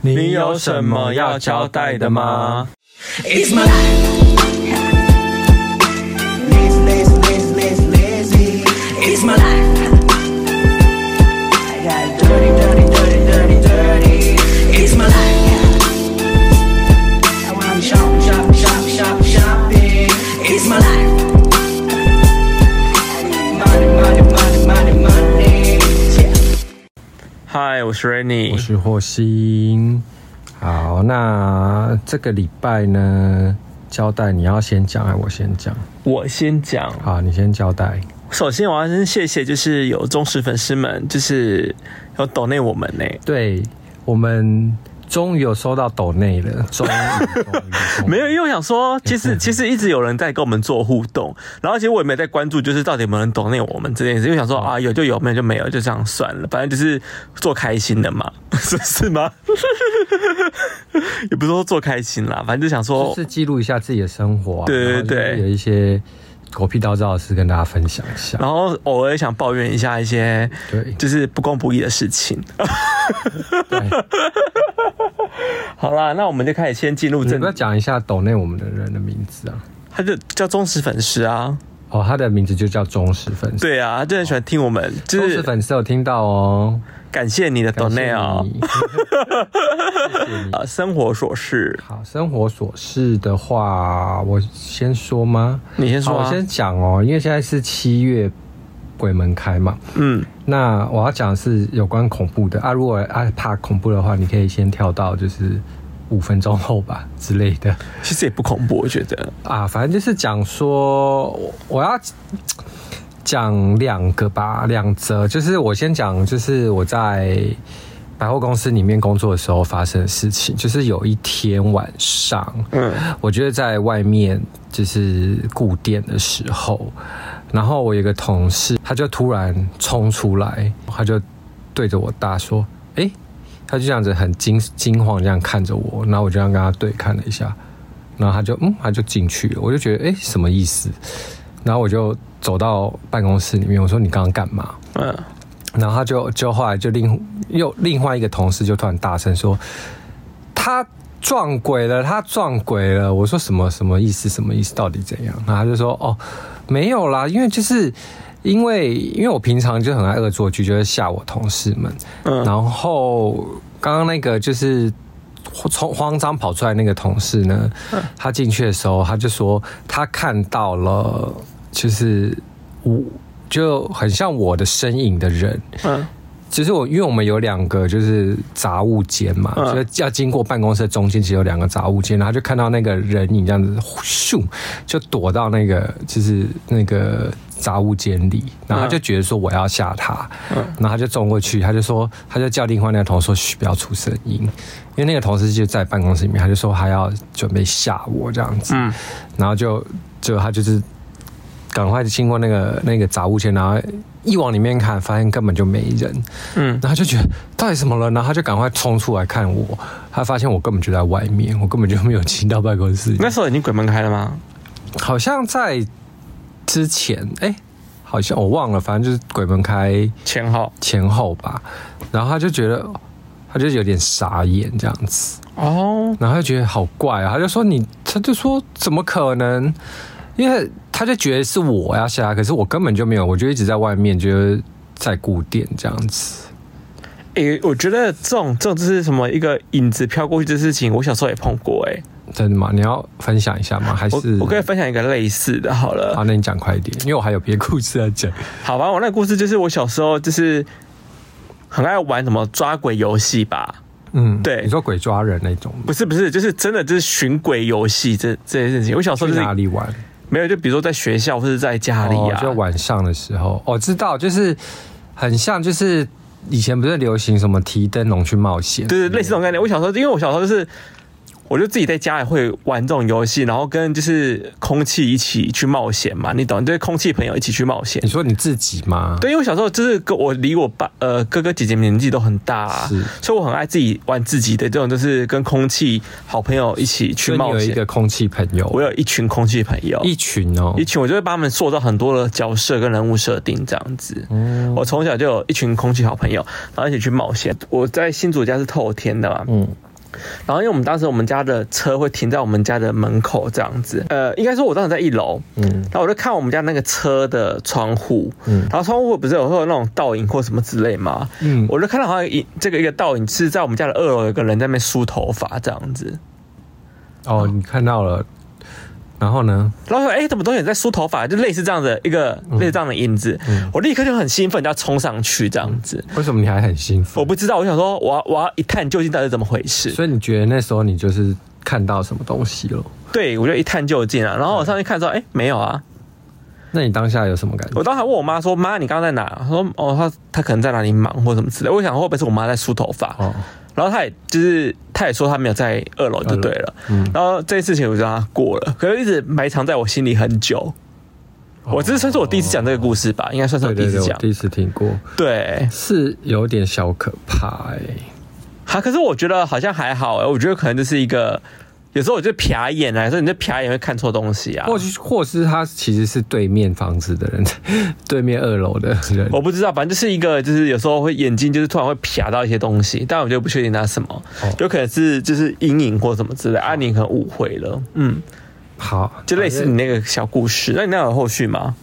你有什么要交代的吗？ It's my life. Lazy, lazy, lazy, lazy, lazy. It's my life. I got dirty, dirty, dirty, dirty, dirty. It's my life. I wanna shop, shop, shop, shop, shopping. It's my life. I need money, money, money, money, money. Yeah. 嗨，我是我 Rainy。是霍星。好，那这个礼拜呢，交代你要先讲，还是我先讲？我先讲，好，你先交代。首先我要先谢谢，就是有忠实粉丝们，就是有抖内我们呢、对我们终于有收到抖内了，终于终于 终于没有，因为我想 说，其实其实一直有人在跟我们做互动，然后其实我也没有在关注，就是到底有没有人懂那我们这件事，因为想说啊，有就有，没有就没有，就这样算了，反正就是做开心的嘛， 是是吗？也不是说做开心啦，反正就想就说，是记录一下自己的生活、啊，对然后对就是对有一些狗屁叨叨的事跟大家分享一下。然后偶尔想抱怨一下一些对就是不公不义的事情。好啦，那我们就开始先进入你要正不要，讲一下抖内我们的人的名字啊？他就叫忠实粉丝啊，哦，他的名字就叫忠实粉丝。对啊，他就很喜欢听我们，就哦忠实是粉丝有听到哦，感谢你的感 d 谢内哦，你谢谢你。啊，生活琐事。好，生活琐事的话，我先说吗？你先说好啊我先讲哦，因为现在是七月鬼门开嘛，嗯，那我要讲的是有关恐怖的啊。如果啊怕恐怖的话，你可以先跳到就是五分钟后吧之类的其实也不恐怖，我觉得。啊。反正就是讲说，我我要讲两个吧，两则。就是我先讲，就是我在百货公司里面工作的时候发生的事情。就是有一天晚上，嗯我觉得在外面就是顾店的时候，然后我有一个同事，他就突然冲出来，他就对着我大说：“诶，他就这样子很惊惊慌这样看着我，然后我就这样跟他对看了一下，然后他就嗯，他就进去了，我就觉得诶，什么意思？然后我就走到办公室里面，我说你刚刚干嘛？嗯，然后他就就后来就另又另外一个同事就突然大声说：“他撞鬼了，他撞鬼了！”我说：“什么什么意思？什么意思？到底怎样？”然后他就说：“哦，没有啦，因为就是因为因为我平常就很爱恶作剧，就是吓我同事们。嗯然后刚刚那个就是从慌张跑出来那个同事呢，他进去的时候，他就说他看到了，就是我就很像我的身影的人。嗯其实我因为我们有两个就是杂物间嘛，嗯所以要经过办公室的中间，其实有两个杂物间，然后就看到那个人影这样子，咻就躲到那个就是那个杂物间里，然后他就觉得说我要吓他，然后他就冲过去，他就说他就叫另外那个同事说嘘不要出声音，因为那个同事就在办公室里面，他就说他要准备吓我这样子，嗯然后就就他就是赶快经过那个那个杂物间，然后一往里面看，发现根本就没人，嗯然后他就觉得到底什么了，然后他就赶快冲出来看我，他发现我根本就在外面，我根本就没有进到办公室里，那时候已经鬼门开了吗？好像在之前，哎、好像我忘了，反正就是鬼门开前后前后吧，然后他就觉得他就有点傻眼这样子，哦，然后他就觉得好怪啊，他就说你，他就说怎么可能？因为他就觉得是我要下，可是我根本就没有，我就一直在外面，就是在顾店这样子。诶、我觉得这种这种就是什么一个影子飘过去的事情，我小时候也碰过诶、真的吗？你要分享一下吗？还我是我跟你分享一个类似的，好了，好，那你讲快一点，因为我还有别的故事要讲。好吧，我那个故事就是我小时候就是很爱玩什么抓鬼游戏吧，嗯，对你说鬼抓人那种吗，不是不是，就是真的就是寻鬼游戏这这件事情，我小时去候就是哪里玩？没有，就比如说在学校或者在家里哦啊，就晚上的时候，我、知道，就是很像，就是以前不是流行什么提灯笼去冒险？对对，类似这种概念。我小时候，因为我小时候就是，我就自己在家里会玩这种游戏，然后跟就是空气一起去冒险嘛，你懂？对，空气朋友一起去冒险你。说你自己吗？对，因为我小时候就是跟我离我爸呃哥哥姐姐们年纪都很大、啊是，所以我很爱自己玩自己的这种，就是跟空气好朋友一起去所以你冒有一险。个空气朋友，我有一群空气朋友，一群哦，一群我就会帮他们塑造很多的角色跟人物设定这样子。我从小就有一群空气好朋友，然后一起去冒险。我在新竹家是透天的嘛，嗯，然后因为我们当时我们家的车会停在我们家的门口这样子，呃，应该说我当时在一楼，嗯，然后我就看我们家那个车的窗户，嗯，然后窗户不是有会有那种倒影或什么之类嘛，嗯嗯，我就看到好像一这个一个倒影是在我们家的二楼有个人在那边梳头发这样子，哦，你看到了，然后呢？然后说：“哎、怎么东西在梳头发？就类似这样的一个、嗯类似这样的影子。我立刻就很兴奋，就要冲上去这样子。为什么你还很兴奋？我不知道，我想说，我要我要一探究竟，到底怎么回事？所以你觉得那时候你就是看到什么东西了？对我就一探究竟啊。然后我上去看说：“哎、没有啊。那你当下有什么感”觉我？当时还问我妈说：“妈，你刚刚在哪？”她说：“哦，她她可能在哪里忙或什么之类。”我想会不会是我妈在梳头发？哦，然后她也就是她也说她没有在二楼就对了。嗯然后这件事情我就让她过了，可是一直埋藏在我心里很久。我这算是我第一次讲这个故事吧，应该算是我哦对第一对次对，我讲。第一次听过，对，是有点小可怕哎、好，可是我觉得好像还好哎、我觉得可能就是一个，有时候我就瞟一眼来说，你这瞟一眼会看错东西啊。或许或是他其实是对面房子的人， 对面二楼的人。我不知道，反正就是一个，就是有时候会眼睛就是突然会瞟到一些东西，但我就不确定它是什么，哦有可能是就是阴影或什么之类，啊，你可能误会了，嗯，好，就类似你那个小故事。那你那有后续吗？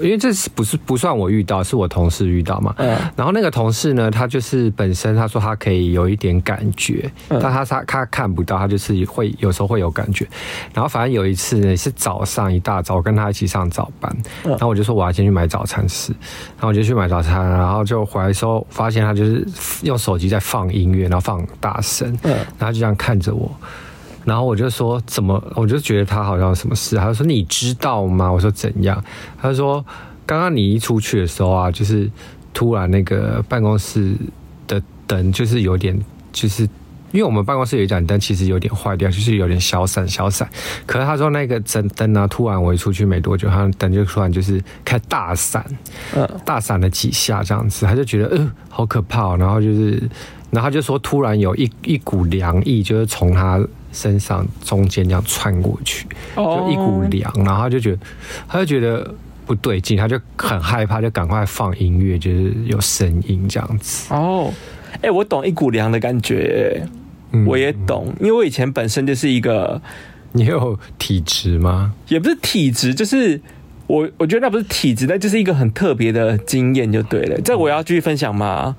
因为这是不是不算我遇到，是我同事遇到嘛。嗯然后那个同事呢，他就是本身他说他可以有一点感觉，但他他他看不到，他就是会有时候会有感觉。然后反正有一次呢，是早上一大早，我跟他一起上早班，然后我就说我要先去买早餐吃，然后我就去买早餐，然后就回来的时候发现他就是用手机在放音乐，然后放大声，嗯然后他就这样看着我。然后我就说怎么，我就觉得他好像有什么事，他就说你知道吗？我说怎样？他就说刚刚你一出去的时候啊，就是突然那个办公室的灯就是有点，就是因为我们办公室有一盏灯其实有点坏掉，就是有点小闪小闪。可是他说那个灯灯呢、突然我一出去没多久，他的灯就突然就是开始大闪，嗯大闪了几下这样子，他就觉得呃好可怕、哦，然后就是，然后他就说突然有一一股凉意，就是从他身上中间这样穿过去，哦就一股凉，然后他就觉得他就觉得不对劲，他就很害怕，就赶快放音乐，就是有声音这样子。哦，哎、我懂一股凉的感觉、嗯我也懂，因为我以前本身就是一个你有体质吗？也不是体质，就是我我觉得那不是体质，那就是一个很特别的经验就对了。这我要继续分享吗？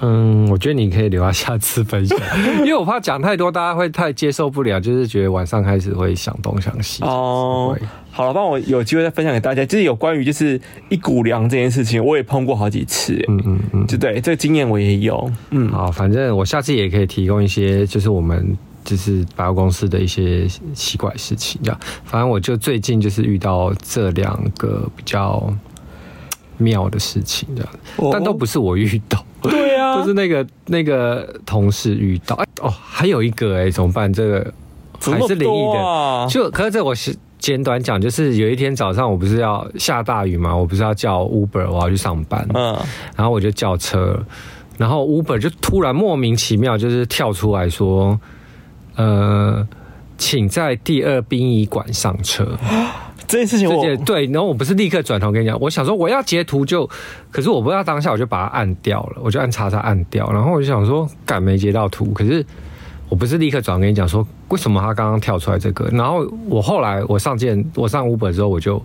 嗯，我觉得你可以留到下次分享， 因为我怕讲太多，大家会太接受不了，就是觉得晚上开始会想东想西。哦嗯会，好了，帮我有机会再分享给大家，就是有关于就是一股凉这件事情，我也碰过好几次，嗯嗯嗯，就对这个经验我也有，嗯，好，反正我下次也可以提供一些，就是我们就是百货公司的一些奇怪事情这样。反正我就最近就是遇到这两个比较嘖妙的事情这样，哦但都不是我遇到。对啊，都是那个那个同事遇到，哎、哦，还有一个哎、怎么办？这个怎么还那是么灵异多的，啊？就可是这我是简短讲，就是有一天早上我不是要下大雨嘛，我不是要叫 Uber 我要去上班，嗯，然后我就叫车，然后 Uber 就突然莫名其妙就是跳出来说，呃，请在第二殡仪馆上车。这件事情这我件对，然后我不是立刻转头跟你讲，我想说我要截图就，可是我不知道当下我就把它按掉了，我就按叉叉按掉，然后我就想说，敢没截到图，可是我不是立刻转头跟你讲说为什么他刚刚跳出来这个，然后我后来我上件我上 Uber 之后我就。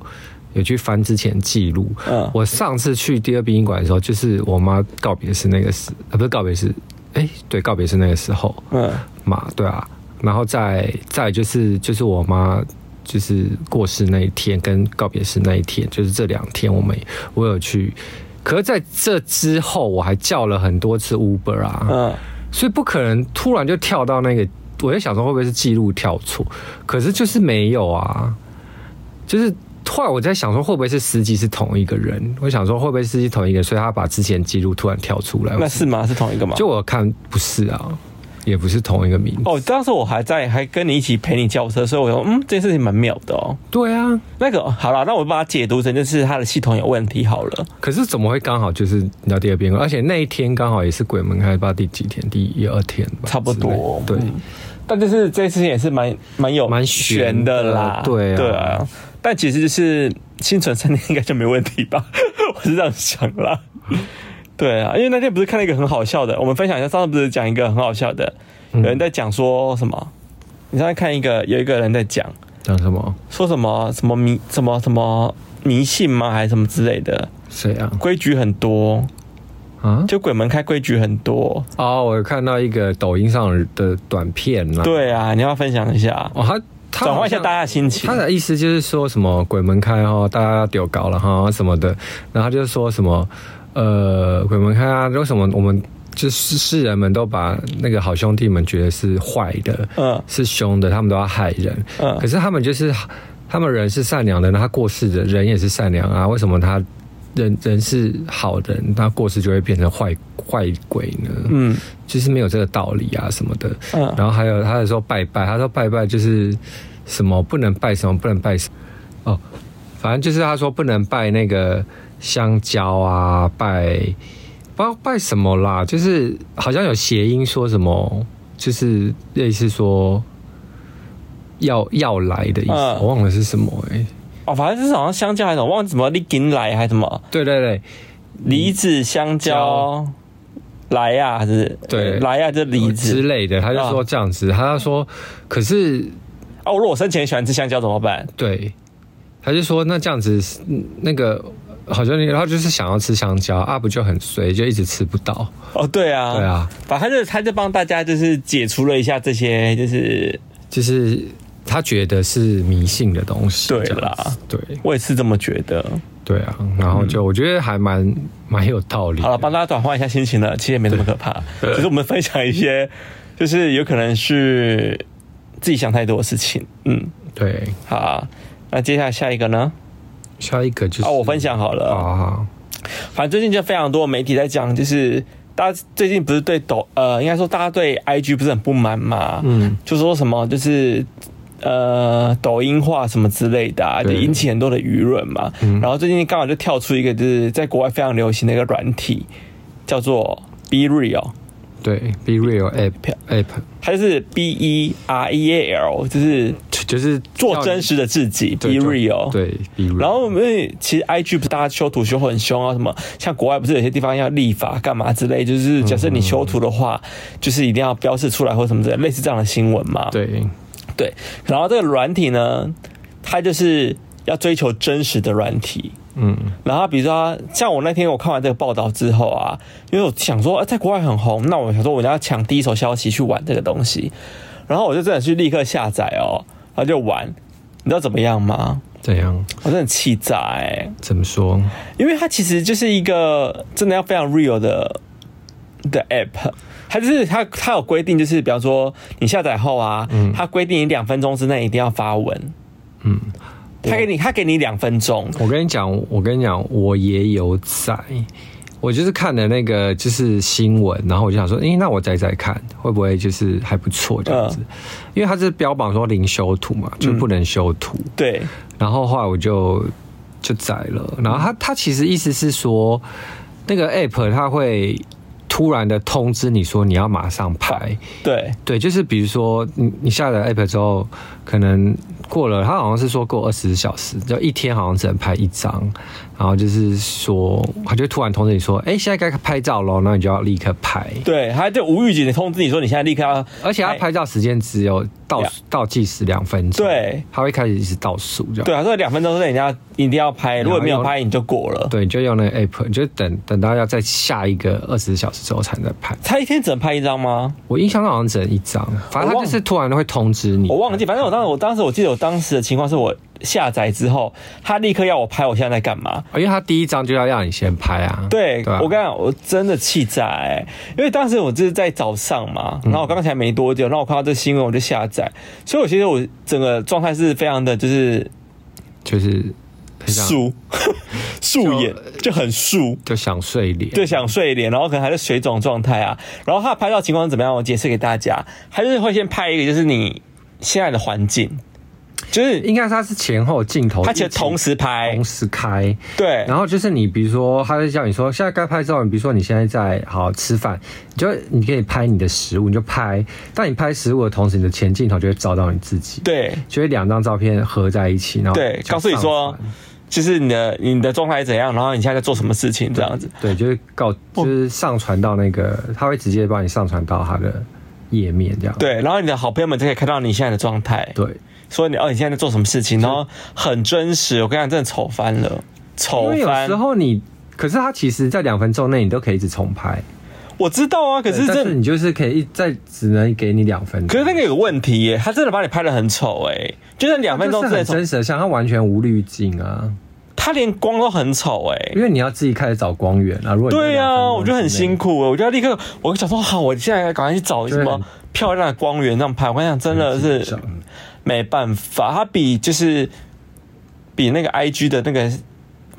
有去翻之前记录，嗯我上次去第二殡仪馆的时候，就是我妈告别式那个时，呃，不是告别式，哎、对，告别式那个时候，嗯嘛，对啊，然后再再就是就是我妈就是过世那一天跟告别式那一天，就是这两天我们我有去，可是在这之后我还叫了很多次 Uber 啊，嗯，所以不可能突然就跳到那个，我在想说会不会是记录跳错，可是就是没有啊，就是。后来我在想说，会不会是司机是同一个人？我想说，会不会司机同一个人，所以他把之前记录突然跳出来？那是吗？是同一个吗？就我看不是啊，也不是同一个名字。哦，当时我还在，还跟你一起陪你叫车，所以我说，嗯，这件事情蛮妙的哦。对啊，那个好了，那我把它解读成就是它的系统有问题好了。可是怎么会刚好就是你到第二遍？而且那一天刚好也是鬼门开，不知道第几天，第一二天吧，差不之类多对，嗯但就是这件事情也是蛮蛮有蛮悬悬的的啦，对啊对啊。但其实就是心存善念，应该就没问题吧？ 我是这样想啦。对啊，因为那天不是看了一个很好笑的，我们分享一下，上次不是讲一个很好笑的，嗯有人在讲说什么？你上次看一个有一个人在讲讲什么？说什么什么迷什么什么迷信吗？还是什么之类的？谁啊？规矩很多，啊？就鬼门开规矩很多。哦，我有看到一个抖音上的短片啦。，对啊，你要不要分享一下，哦，他他转换一下好像大家的心情他。的意思就是说什么鬼门开哈，大家要丢高了哈什么的，然后他就说什么呃鬼门开啊，为什么我们就是世人们都把那个好兄弟们觉得是坏的，嗯是凶的，他们都要害人，嗯可是他们就是他们人是善良的，那他过世的人也是善良啊，为什么他人人是好人，他过世就会变成坏坏鬼呢？嗯就是没有这个道理啊什么的。嗯然后还有他还说拜拜，他说拜拜就是什么不能拜什么不能拜什么哦，反正就是他说不能拜那个香蕉啊，拜不知道拜什么啦，就是好像有谐音说什么，就是类似说要要来的意思，嗯我忘了是什么哎、欸哦，反正就是好像香蕉还是什么，忘记什么李金来还是什么对对对，嗯梨子香蕉来呀、还是对来呀、啊这梨之子。啊类的，他就说这样子，他就说可是哦，如果我生前喜欢吃香蕉怎么办？对，他就说那这样子，嗯那个好像你，然后就是想要吃香蕉啊，不就很衰，就一直吃不到。哦，对啊，对，啊，反正他就他就帮大家就是解除了一下这些就是就是他觉得是迷信的东西。对这样啦子对我也是这么觉得。对啊，然后就我觉得还蛮蛮有道理的。嗯好了，帮大家转换一下心情了，其实也没那么可怕。只是我们分享一些，就是有可能是自己想太多的事情。嗯，对，好啊，那接下来下一个呢？下一个就是啊，我分享好了。好好好反正最近就非常多媒体在讲，就是大家最近不是对抖呃，应该说大家对 IG 不是很不满嘛，嗯，就说什么就是呃抖音化什么之类的、啊，就对嗯引起很多的舆论嘛。然后最近刚好就跳出一个就是在国外非常流行的一个软体，叫做 Be Real。对，Be Real App App 它就是 B E R E A L，就是就是做真实的自己，Be 对做 real。对，Be Real。然后因为其实 IG 不是大家修图修很凶啊，什么像国外不是有些地方要立法干嘛之嗯类，就是假设你修图的话，就是一定要标示出来或什么之类，类似这样的新闻嘛。对对。然后这个软体呢，它就是要追求真实的软体。嗯然后比如说它，像我那天我看完这个报道之后啊，因为我想说，啊在国外很红，那我想说我要抢第一手消息去玩这个东西，然后我就真的去立刻下载哦，然后就玩，你知道怎么样吗？怎样我真的很气炸哎、怎么说？因为它其实就是一个真的要非常 real 的的 app。它就是它，它有规定，就是比方说你下载后啊，它规定你两分钟之内一定要发文。嗯，它给你，它给你两分钟。我跟你讲，我跟你讲，我也有载，我就是看了那个就是新闻，然后我就想说，诶、那我载载看，会不会就是还不错这样子？因为它是标榜说零修图嘛，就不能修图。对，然后后来我就就载了，然后它它其实意思是说，那个 app 它会突然的通知你说你要马上拍。对，对，就是比如说你你下载 app 之后，可能过了，它好像是说过二十小时，就一天好像只能拍一张，然后就是说，它就突然通知你说，哎、现在该拍照喽，那你就要立刻拍，对，它就无预警的通知你说，你现在立刻要，而且它拍照时间只有倒呀数倒计时两分钟，对，它会开始一直倒数这样，对，他说两分钟之内你要一定要拍，如果没有拍你就过了。对，你就用那个 app，你就等等到要在下一个二十小时之后才能拍。他一天只能拍一张吗？我印象中好像只能一张，反正我它忘就是突然会通知你，我忘记，反正我当时我当时我记得我当时的情况是我下载之后，他立刻要我拍我现在在干嘛。哦因为它第一张就要让你先拍啊。对，啊我跟你讲，我真的气炸哎、因为当时我就是在早上嘛，嗯然后我刚才没多久，然后我看到这新闻我就下载，所以我其实我整个状态是非常的就是就是很想素 素颜，就很素。就想睡脸，对，想睡脸，然后可能还是水肿状态啊。然后他拍照情况是怎么样？我解释给大家，他就是会先拍一个，就是你现在的环境，就是应该它是前后镜头，他其实同时时哎拍同，时开，对，然后就是你比如说，他就叫你说现在该拍照，你比如说你现在在好吃饭，你就你可以拍你的食物，你就拍，当你拍食物的同时，你的前镜头就会照到你自己，，对就会两张照片合在一起，然后对，就告诉你说上传。就是你的你的状态是怎样，然后你现在在做什么事 情这样子。对，就是告，就是上传到那个，他会直接帮你上传到他的页面这样。对，然后你的好朋友们就可以看到你现在的状态，对，说你哦你现在在做什么事情，然后很真实。我跟你讲，真的丑翻了，因丑为有翻时。候你，可是它其实在两分钟内你都可以一直重拍，我知道啊，可是但这是你就是可以一再只能给你两分钟。可是那个有个问题耶，他真的把你拍的很丑哎，就是两分钟就是之内很从真实的像，它完全无滤镜啊，他连光都很丑哎因。为你要自己开始找光源啊。如果你对在两分啊，钟我觉得很之内辛苦哎，我就要立刻，我想说好，我现在赶快去找什就么很漂亮的光源这样拍。我跟你讲，真的自己是找没办法，它比就是比那个 I G 的那个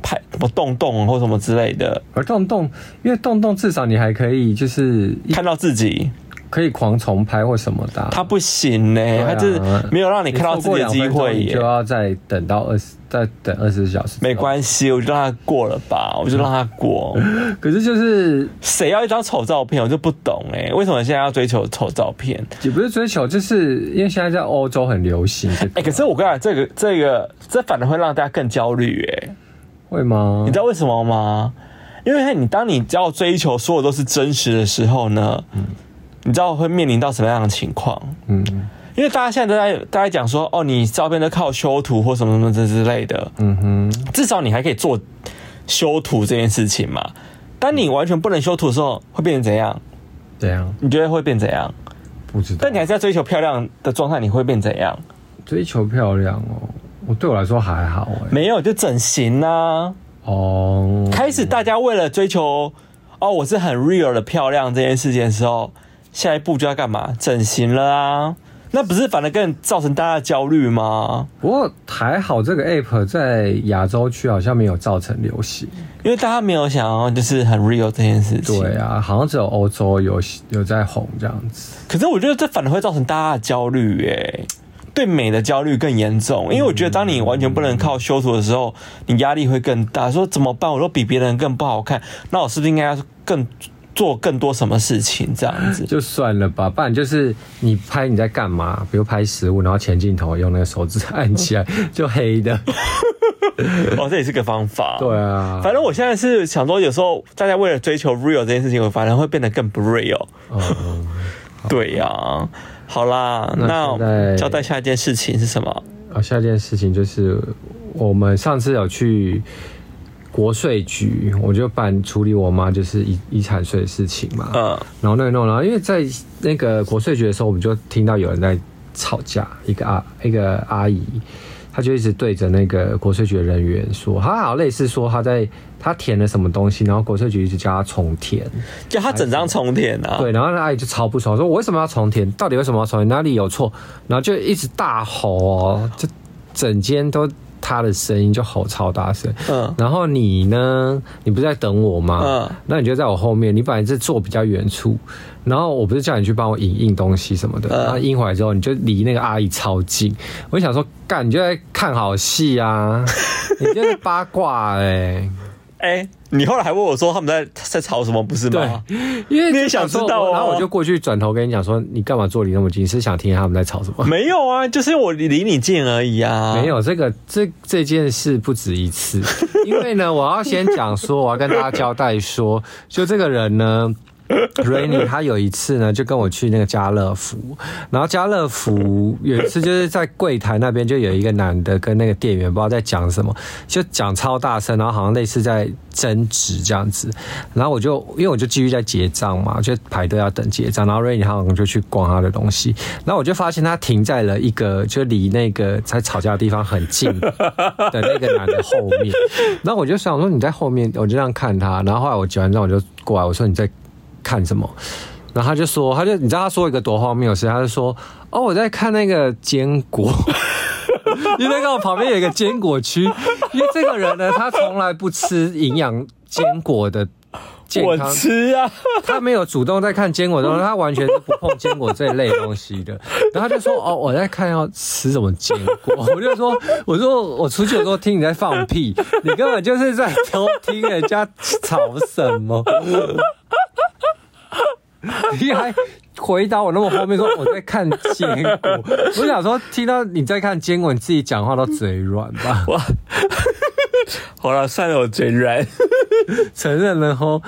拍什么洞洞或什么之类的，而洞洞，因为洞洞至少你还可以就是一看到自己，可以狂重拍或什么的啊、它不行呢、对啊它就是没有让你看到自己的机错过两分会钟你就耶。要再等到二十，再等二十小时。没关系，我就让它过了吧，我就让它过。系，可是就是谁要一张丑照片，我就不懂哎、为什么现在要追求丑照片？也不是追求，就是因为现在在欧洲很流行这 个，哎、可是我跟你讲，这个这个这反而会让大家更焦虑哎、嗯会吗？你知道为什么吗？因为你当你要追求所有都是真实的时候呢，你知道会面临到什么样的情况？嗯因为大家现在都在大家讲说，哦，你照片都靠修图或什么什么之之类的，嗯哼，至少你还可以做修图这件事情嘛。当你完全不能修图的时候，会变成怎样？怎样？你觉得会变怎样？不知道。但你还是要追求漂亮的状态，你会变怎样？追求漂亮哦，我对我来说还好哎、没有，就整形啊。哦，开始大家为了追求哦，我是很 real 的漂亮这件事情的时候，下一步就要干嘛？整形了啊！那不是反而更造成大家的焦虑吗？不过还好这个 app 在亚洲区好像没有造成流行。因为大家没有想要就是很 real 这件事情。对啊，好像只有欧洲有有在红这样子。可是我觉得这反而会造成大家的焦虑，哎，对美的焦虑更严重。因为我觉得当你完全不能靠修图的时候，你压力会更大。说怎么办？我都比别人更不好看，那我是不是应该要更做更多什么事情这样子？就算了吧，不然就是你拍你在干嘛，比如拍食物，然后前镜头用那个手指按起来 就黑的。哦，这也是个方法。对啊，反正我现在是想说，有时候大家为了追求 real 这件事情，我反而会变得更不 real。嗯，对呀、好啦，那那现在交代下一件事情是什么？好，下一件事情就是我们上次有去国税局，我就办处理我妈就是遗遗产税的事情嘛。嗯，然后弄一弄，然后因为在那个国税局的时候，我们就听到有人在吵架，一个阿一个阿姨，她就一直对着那个国税局的人员说，她好像类似说她在她填了什么东西，然后国税局一直叫她重填，就他整张重填啊。对，然后那阿姨就超不爽，说我为什么要重填？到底为什么要重填？哪里有错？然后就一直大吼哦，就整间都她的声音就吼超大声，嗯然后你呢？你不是在等我吗？嗯那你就在我后面，你本来是坐比较远处，然后我不是叫你去帮我影印东西什么的，嗯然后印回来之后，你就离那个阿姨超近。我就想说，干，你就在看好戏 啊，你就是八卦哎、哎、你后来还问我说他们在在吵什么，不是吗？因为你也就想说知道哦然后我就过去转头跟你讲说，你干嘛坐离那么近？是想听他们在吵什么？没有啊，就是我离你近而已 啊。没，有这个这这件事不止一次，因为呢，我要先讲说，我要跟大家交代说，就这个人 呢。Rainy 他有一次呢，就跟我去那个家乐福，然后家乐福有一次就是在柜台那边就有一个男的跟那个店员不知道在讲什么，就讲超大声，然后好像类似在争执这样子，然后我就因为我就继续在结账嘛，就排队要等结账，然后 Rainy 他好像就去逛他的东西，然后我就发现他停在了一个就离那个在吵架的地方很近的那个男的后面，然后我就想说你在后面，我就这样看他，然后后来我结完账我就过来，我说你在看什么？然后他就说，他就你知道他说一个多荒谬的事，他就说哦我在看那个坚果。 因为那个旁边有一个坚果区，因为这个人呢，他从来不吃营养坚果的健我康吃啊。 他没有主动在看坚果东西，他完全是不碰坚果这一类东西的。然后他就说：“哦，我在看要吃什么坚果。” 我就说：“我说我出去的时候听你在放屁，你根本就是在偷听人家吵什么。” 你还回答我那么后面说我在看坚果，我想说听到你在看坚果，你自己讲话都嘴软吧。哇，好了，算了，我嘴软。承认了吼。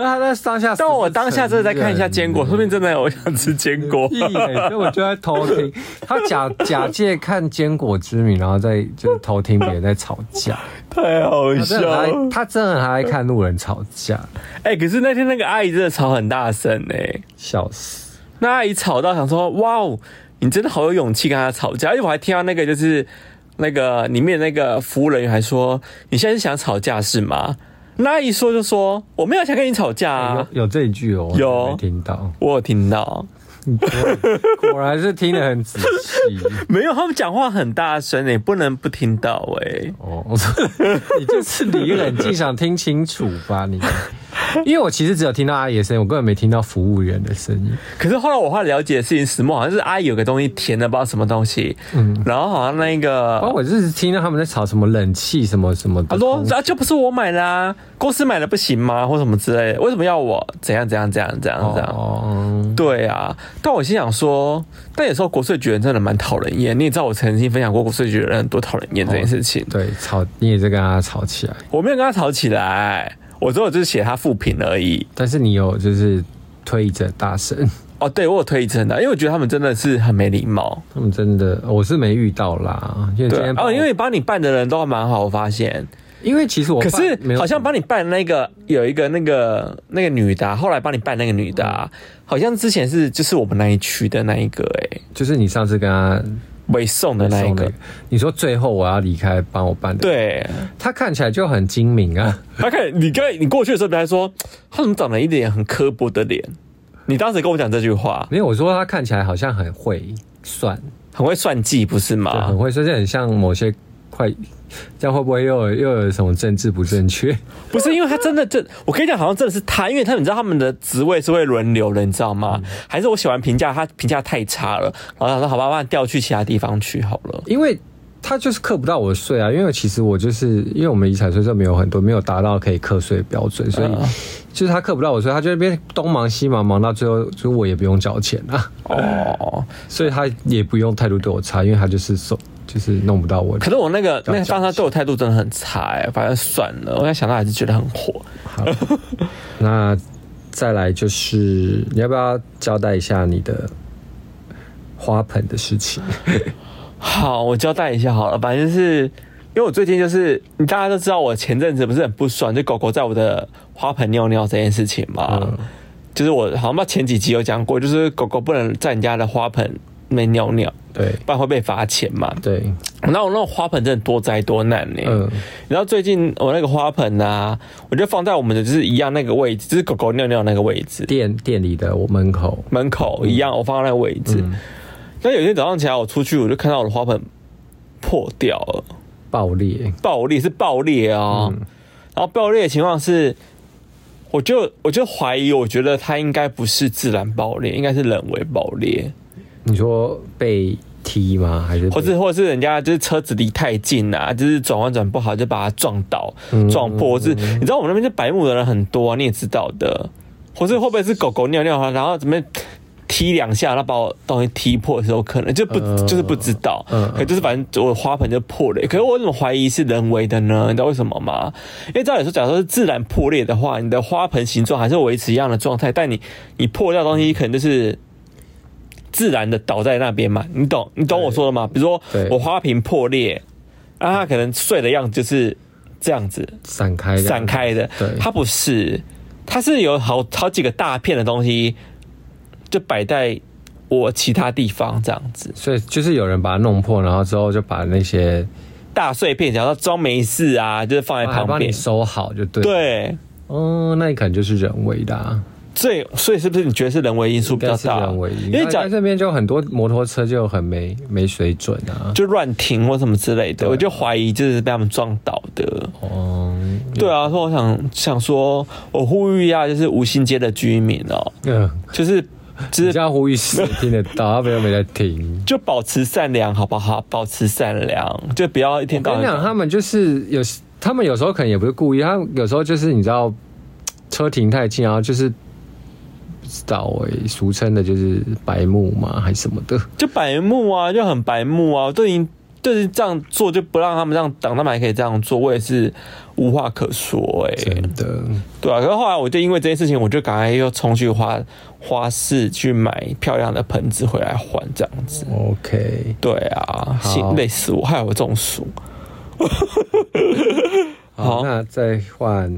那他那当下， 但我当下真的在看一下 坚果，说不定真的我想吃坚 果。屁欸所以我就在偷听，他假假借看坚果之名，然后再就是偷听别人在吵 架。 太好他笑真的很了爱，！他真的很爱看路人吵架，哎、可是那天那个阿姨真的吵很大声哎、笑死！那阿姨吵到想说，哇哦，你真的好有勇气跟她吵架，而且我还听到那个就是那个里面那个服务人员还说，你现在是想吵架是吗？那阿姨说就说我没有想跟你吵架啊，有有这一句哦，有我没听到，我有听到，果然是听得很仔细没有，他们讲话很大声哎、不能不听到哎、哦。 我说你就是离冷静想听清楚吧你，因为我其实只有听到阿姨的声音，我根本没听到服务员的声音。可是后来我后来了解的事情，石墨好像是阿姨有个东西填的，不知道什么东西，然后好像那哦个然后我就是听到他们在吵什么冷气什么什么的哦他说空啊啊，就不是我买啦、公司买了不行吗？或什么之类的，为什么要我怎样怎样怎样怎样怎样？哦，对啊，但我心想说，但有时候国税局人真的蛮讨人厌。你也知道，我曾经分享过国税局人多讨人厌这件事情。对，吵你也在跟他吵起来，我没有跟他吵起来，我只有就是写他负评而已。但是你有就是推着大神，哦，对我有推荐的，因为我觉得他们真的是很没礼貌。他们真的我是没遇到啦，因为今对天，哦，因为帮你办的人都还蛮好，我发现。因为其实我可爸没是有好像帮你办那个有一个那个那个女的啊、后来帮你办那个女的啊、嗯好像之前是就是我们那一区的那一个哎、就是你上次跟他北宋的那一送的个，，你说最后我要离开帮我办的，，对，他看起来就很精明啊，他看你刚才你过去的时候，本来说他怎么长了一脸很刻薄的脸，你当时跟我讲这句话，没有我说他看起来好像很会算，很会算计不是对很吗？会算，这很像某些会，这样会不会又有又有什么政治不正确？不是，因为他真的这，我跟你讲，好像真的是他，因为他你知道他们的职位是会轮流的，你知道吗？还是我喜欢评价他评价太差了，然后他说好吧，把你调去其他地方去好了。因为他就是课不到我的税啊，因为其实我就是因为我们遗产税这没有很多，没有达到可以课税的标准，所以嗯就是他课不到我税，他就在那边东忙西忙，忙到最后就是我也不用交钱啊， 哦，所以他也不用态度对我差，因为他就是手就是弄不到我。可是我那个那要个讲当他对我态度真的很差、欸，反正算了，我现在想到还是觉得很火。好，那再来就是你要不要交代一下你的花盆的事 情？好，我交代一下好了，反正就是因为我最近就是你大家都知道，我前阵子不是很不爽，就狗狗在我的花盆尿尿这件事情嘛，就是我好像前几集有讲过，就是狗狗不能在你家的花盆里面尿尿，对不然会被罚钱嘛。对，那我那种花盆真的多灾多难呢、嗯然后最近我那个花盆啊，我就放在我们的就是一样那个位置，就是狗狗尿尿那个位置。店店里的我门口门口一样，我放在那个位置。那、有一天早上起来，我出去我就看到我的花盆破掉了，爆裂，爆裂是爆裂哦。然后爆裂的情况是，我就我就怀疑，我觉得它应该不是自然爆裂，应该是人为爆裂，你说被踢吗？还是被或是或是人家就是车子离太近啊，就是转弯转不好就把它撞倒、嗯撞破，或是你知道我们那边是白目的人很多、啊，你也知道的，或是会不会是狗狗尿尿啊，然后怎么？踢两下，然后把我东西踢破的时候，可能就不、嗯就是不知道，嗯可就是反正我花盆就破了。可是我怎么怀疑是人为的呢？你知道为什么吗？因为照理说，假如说是自然破裂的话，你的花盆形状还是维持一样的状态，但你你破掉嗯的东西可能就是自然的倒在那边嘛，你懂你懂我说的吗？比如说对我花瓶破裂，啊，它可能碎的样子就是这样子，散开的散开的对，它不是，它是有好好几个大片的东西，就摆在我其他地方这样子，所以就是有人把它弄破，然后之后就把那些大碎片，然后装没事啊，就是放在还旁哎帮你边，收好就对。，对。哦，那你可能就是人为的、啊，所以，所以是不是你觉得是人为因素应比该较是大？人为因。因因为为讲在这边就很多摩托车就很没没水准啊。就乱停或什么之类的，啊我就怀疑就是被他们撞倒的。哦，对啊，所以我想想说，我呼吁一下，就是五星街的居民哦，嗯，就是就你是这样呼吁是听得到，他们又没在 听。就保持善良，好不好？保持善良，就不要一天我到跟你讲，晚。他们就是有，他们有时候可能也不是故意，他们有时候就是你知道，车停太近，然后就是不知道哎、俗称的就是白目嘛，还是什么的。就白目啊，就很白目啊，我都已经就是这样做，就不让他们这样挡，他们还可以这样做，我也是无话可说哎、真的，对啊，可是后来我就因为这件事情，我就赶快又冲去花花市去买漂亮的盆子回来换，这样子。 OK，对啊，好心累死我，害我中暑。好那再换，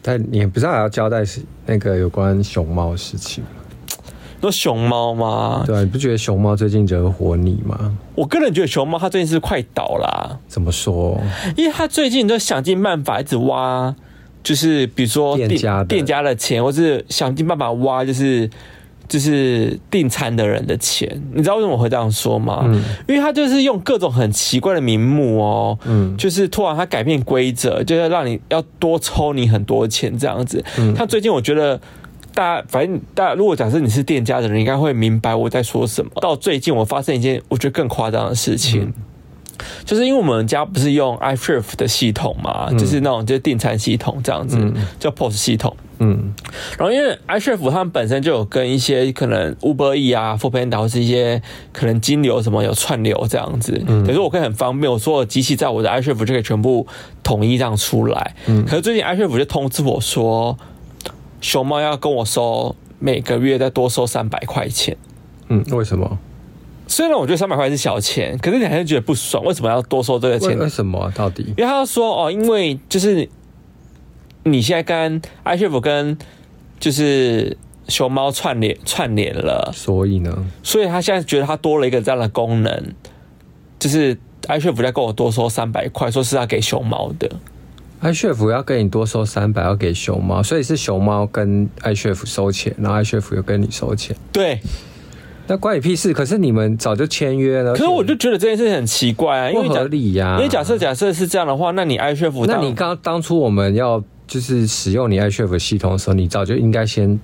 但你不是还要交代是那个有关熊猫的事情吗？说熊猫吗？对啊，你不觉得熊猫最近惹火你吗？我个人觉得熊猫它最近是快倒啦、怎么说？因为它最近都想尽办法一直挖，就是比如说店家的店家的钱，或是想尽办法挖，就是就是订餐的人的钱。你知道为什么我会这样说吗？嗯因为他就是用各种很奇怪的名目哦，嗯就是突然他改变规则，就是让你要多抽你很多钱这样子。嗯他最近我觉得。大家，反正大家，如果假设你是店家的人，你应该会明白我在说什么。到最近，我发生一件我觉得更夸张的事嗯情，就是因为我们家不是用 iFirth 的系统嘛，就是那种就是订餐系统这样子，叫 POS 系统。嗯然后因为 iChef 他们本身就有跟一些可能 Uber E 啊、f o o Panda 或是一些可能金流什么有串流这样子，等于说我可以很方便，我所有机器在我的 iChef 就可以全部统一这样出来。可是最近 iChef 就通知我说，熊猫要跟我收每个月再多收三百块钱。嗯，为什么？虽然我觉得三百块是小钱，可是你还是觉得不爽，为什么要多收这个为钱？为什么、啊？到底？因为他要说哦，因为就是你现在跟 iChef 跟就是熊猫串联串联了，所以呢？所以他现在觉得他多了一个这样的功能，就是 iChef 在跟我多收三百块，说是要给熊猫的。爱炫福要跟你多收三百，要给熊猫，所以是熊猫跟爱炫福收钱，然后爱炫福又跟你收钱，对，那关你屁事？可是你们早就签约了，可是我就觉得这件事情很奇怪啊，因不为假合理呀、因为假设假设是这样的话，那你 iChef 那你刚当初我们要就是使用你 iChef 系统的时候，你早就应该先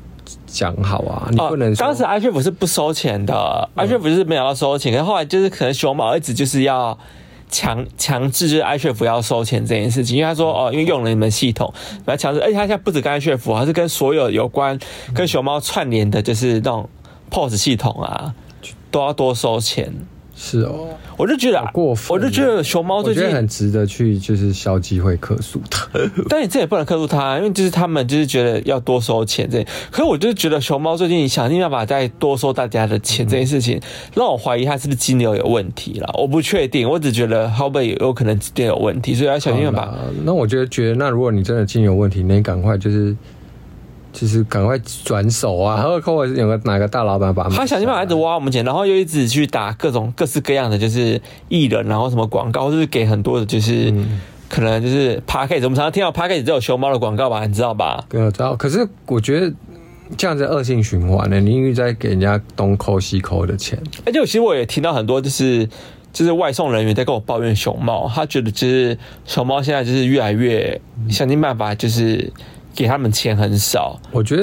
讲好啊，你哦，不能说、当时 iChef 是不收钱的，iChef 是没有要收嗯钱，可是后来就是可能熊猫一直就是要强强制就是 iChef 要收钱这件事情，因为他嗯说哦，因为用了你们系统，然后强制，而且他现在不止跟 iChef，还是跟所有有关跟熊猫串联的，就是那种 POS 系统啊，都要多收钱。是哦，我就觉得好过分啊我就觉得熊猫我哦最觉得近，很值得去就是消基会客诉 的。但你这也不能克诉他，啊因为就是他们就是觉得要多收钱这，可是我就是觉得熊猫最近想尽办法再多收大家的嗯钱这件事情，让我怀疑它是不是金流有问题啦，我不确定，我只觉得它会不会有可能金流有问题，所以要想尽办好法。啦 那我觉得觉得，那如果你真的金有问题，那你赶快就是就是赶快转手啊，或者或者有个哪个大老板把们他想尽办法一直挖我们钱，然后又一直去打各种各式各样的就是艺人，然后什么广告，或者是给很多的就是、嗯可能就是 p a c k a g e 我们常常听到 p a c k a g e 只有熊猫的广告吧，你知道吧？对我知道，可是我觉得。这样子恶性循环呢、你一直在给人家东抠西抠的钱，而且其实我也听到很多就是就是外送人员在跟我抱怨熊猫，他觉得就是熊猫现在就是越来越想尽办法，就是给他们钱很少。我觉得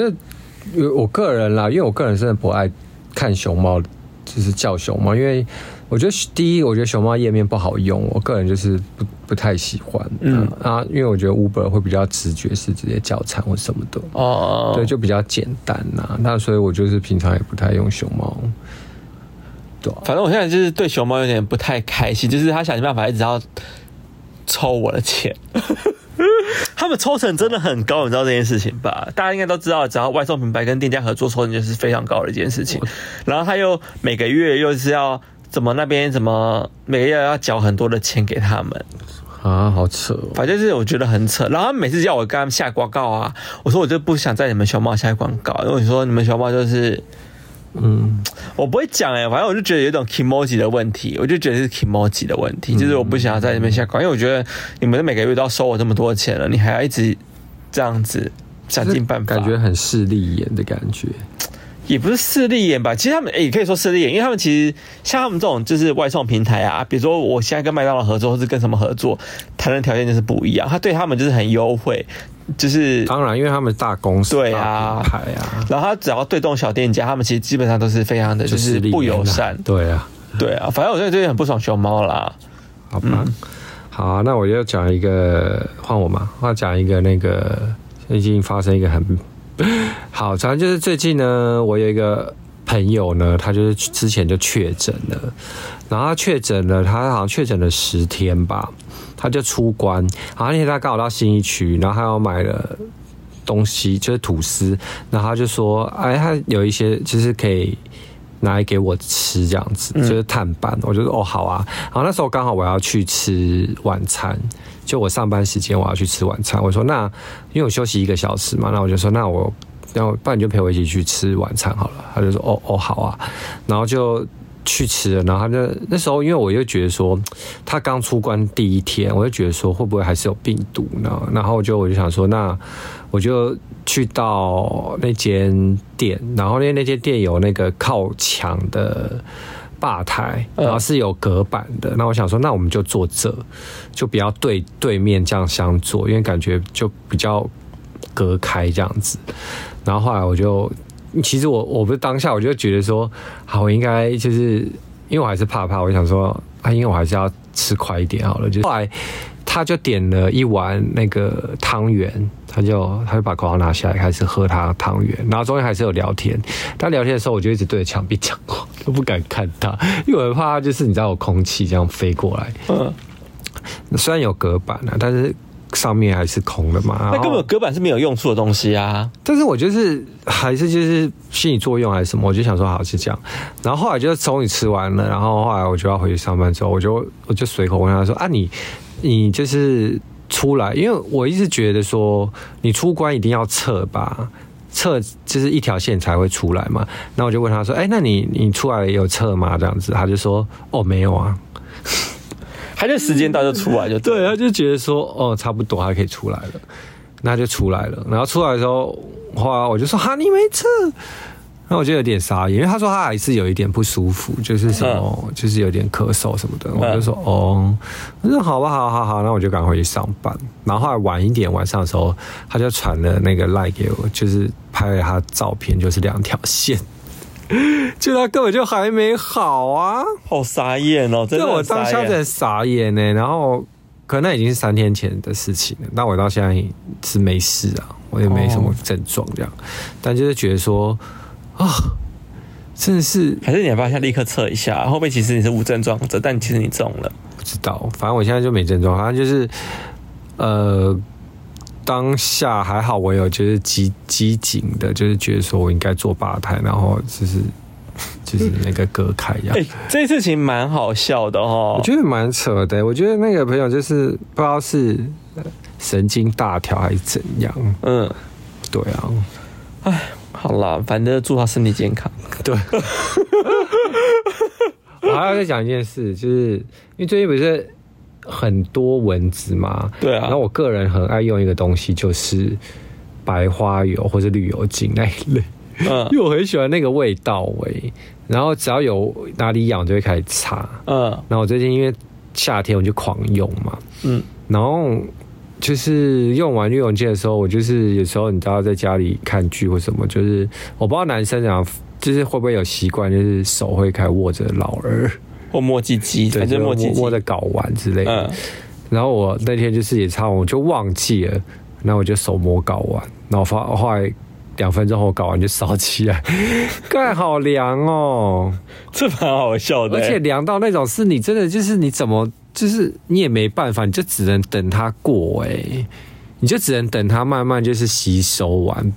呃我个人啦，因为我个人真的不爱看熊猫，就是叫熊猫，因为我觉得第一，我觉得熊猫页面不好用，我个人就是不不太喜欢。嗯嗯啊，因为我觉得 Uber 会比较直觉是直接叫餐或什么的，哦、对，就比较简单呐、那所以我就是平常也不太用熊猫。对啊、反正我现在就是对熊猫有点不太开心，就是他想尽办法一直要抽我的钱。 他们抽成真的很高，你知道这件事情吧？大家应该都知道，只要外送品牌跟店家合作，抽成就是非常高的一件事情。然后他又每个月又是要怎么那边怎么每个月要缴很多的钱给他们，啊，好扯哦。反正就是我觉得很扯。然后他每次叫我跟他们下广告啊，我说我就不想在你们熊猫下广告，因为你说你们熊猫就是，嗯，我不会讲哎、反正我就觉得有一种 emoji 的问题，我就觉得是 emoji 的问题，嗯就是我不想要在你们下广告，因为我觉得你们每个月都要收我这么多钱了，你还要一直这样子想尽办法，感觉很势利眼的感觉。也不是势利眼吧，其实他们诶也、可以说势利眼，因为他们其实像他们这种就是外送平台啊，比如说我现在跟麦当劳合作，或是跟什么合作，谈的条件就是不一样，他对他们就是很优惠，就是当然，因为他们大公司、对啊大品牌啊，然后他只要对这种小店家，他们其实基本上都是非常的就就是势利不眼友啊善，对啊。对啊，反正我现在最近很不爽熊猫啦。好吧，好，那我就讲一个换我嘛，我要讲一个那 个最近发生一个很好，反正就是最近呢，我有一个朋友呢，他就是之前就确诊了，然后他确诊了，他好像确诊了十天吧，他就出关，然后那天他刚好到新一区，然后他又买了。东西就是吐司，然后他就说：“哎，他有一些就是可以拿来给我吃，这样子就是碳板。”我就说：“哦，好啊。”然后那时候刚好我要去吃晚餐，就我上班时间我要去吃晚餐。我说：“那因为我休息一个小时嘛，那我就说那我那我不然你就陪我一起去吃晚餐好了。”他就说：“哦哦，好啊。”然后就。去吃了，然后他就那时候，因为我又觉得说，他刚出关第一天，我就觉得说会不会还是有病毒呢？然后就我就想说，那我就去到那间店，然后因为那间店有那个靠墙的吧台，然后是有隔板的。那我想说，那我们就坐这，就不要对对面这样相坐，因为感觉就比较隔开这样子。然后后来我就其实我我不是当下我就觉得说，好，我应该就是因为我还是怕怕，我想说啊，因为我还是要吃快一点好了。就后来他就点了一碗那个汤圆，他就他就把口罩拿下来开始喝他的汤圆，然后中间还是有聊天。他聊天的时候，我就一直对着墙壁讲话，都不敢看他，因为我很怕他就是你知道有空气这样飞过来，嗯，虽然有隔板啊，但是上面还是空的嘛。然那后根本隔板是没有用处的东西啊。但是我就是还是就是心理作用还是什么，我就想说好是这样。然后后来就终于吃完了，然后后来我就要回去上班之后，我就我就随口问他说啊你你就是出来，因为我一直觉得说你出关一定要测吧。测就是一条线才会出来嘛，那我就问他说：“哎、那你你出来有测吗？”这样子，他就说：“哦，没有啊。”他就时间到就出来就 对，啊了他就觉得说，哦，差不多，他可以出来了，那他就出来了。然后出来的时候，后来我就说，哈，你没测。然后我就有点傻眼，因为他说他还是有一点不舒服，就是什么，就是有点咳嗽什么的。我就说，哦，我说好吧，好好好，那我就赶回去上班。然后后来晚一点，晚上的时候，他就传了那个赖给我，就是拍了他照片，就是两条线， 就他根本就还没好啊。好傻眼哦，真对的我很当傻下真的眼。傻眼呢、然后可能那已经是三天前的事情了，那我到现在是没事啊，我也没什哦么症状这样，但就是觉得说啊，真的是还是你要不要先立刻测一下？后面其实你是无症状者，但其实你中了。不知道，反正我现在就没症状，反正就是呃。当下还好，我有就是机机警的，就是觉得说我应该做吧台，然后就是就是那个隔开这样。 哎、这事情蛮好笑的哦我。觉得蛮扯的。欸我觉得那个朋友就是不知道是呃神经大条还是怎样。嗯，对啊，好啦，反正祝他身体健 康。对。我还要再讲一件事，就是因为最近不是很多蚊子嘛，对啊然后我个人很爱用一个东西，就是白花油或者绿油精那一类。嗯因为我很喜欢那个味道味、然后只要有哪里痒就会开始擦。嗯然后我最近因为夏天我就狂用嘛，嗯，然后就是用完绿泳镜的时候，我就是有时候你知道在家里看剧或什么，就是我不知道男生啊，就是会不会有习惯，就是手会开始握着老 二，或墨迹鸡，对，反就正是墨握迹鸡。握着睾丸之类的。嗯，然后我那天就是也擦完，我就忘记了，然后我就手摸睾丸，然后我发后来。两分钟后睾丸就烧起来， 盖好凉哦！这蛮好笑的、欸而且凉到那种是你真的就是你怎么就是你也没办法，你就只能等它过哎、你就只能等它慢慢就是吸收完，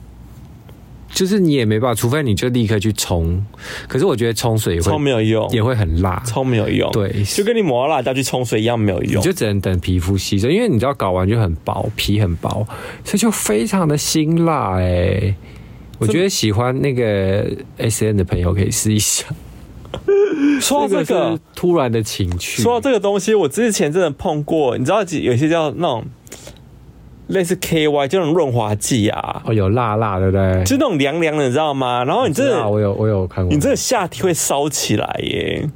就是你也没办法，除非你就立刻去冲。可是我觉得冲水也冲没会有用，也会很辣，冲没有用。对就跟你抹辣椒去冲水一样没有你用就。只能等皮肤吸收，因为你知道睾丸就很薄，皮很薄，所以就非常的辛辣哎、我觉得喜欢那个 S N 的朋友可以试一下，说到这个嗯是，突然的情趣，说到这个东西，我之前真的碰过，你知道有些叫那种类似 KY 就那种润滑剂啊，哦，有辣辣，对不对？就那种凉凉的，你知道吗？然后你真是啊，的，我有我有看过。你这个下体会烧起来耶。嗯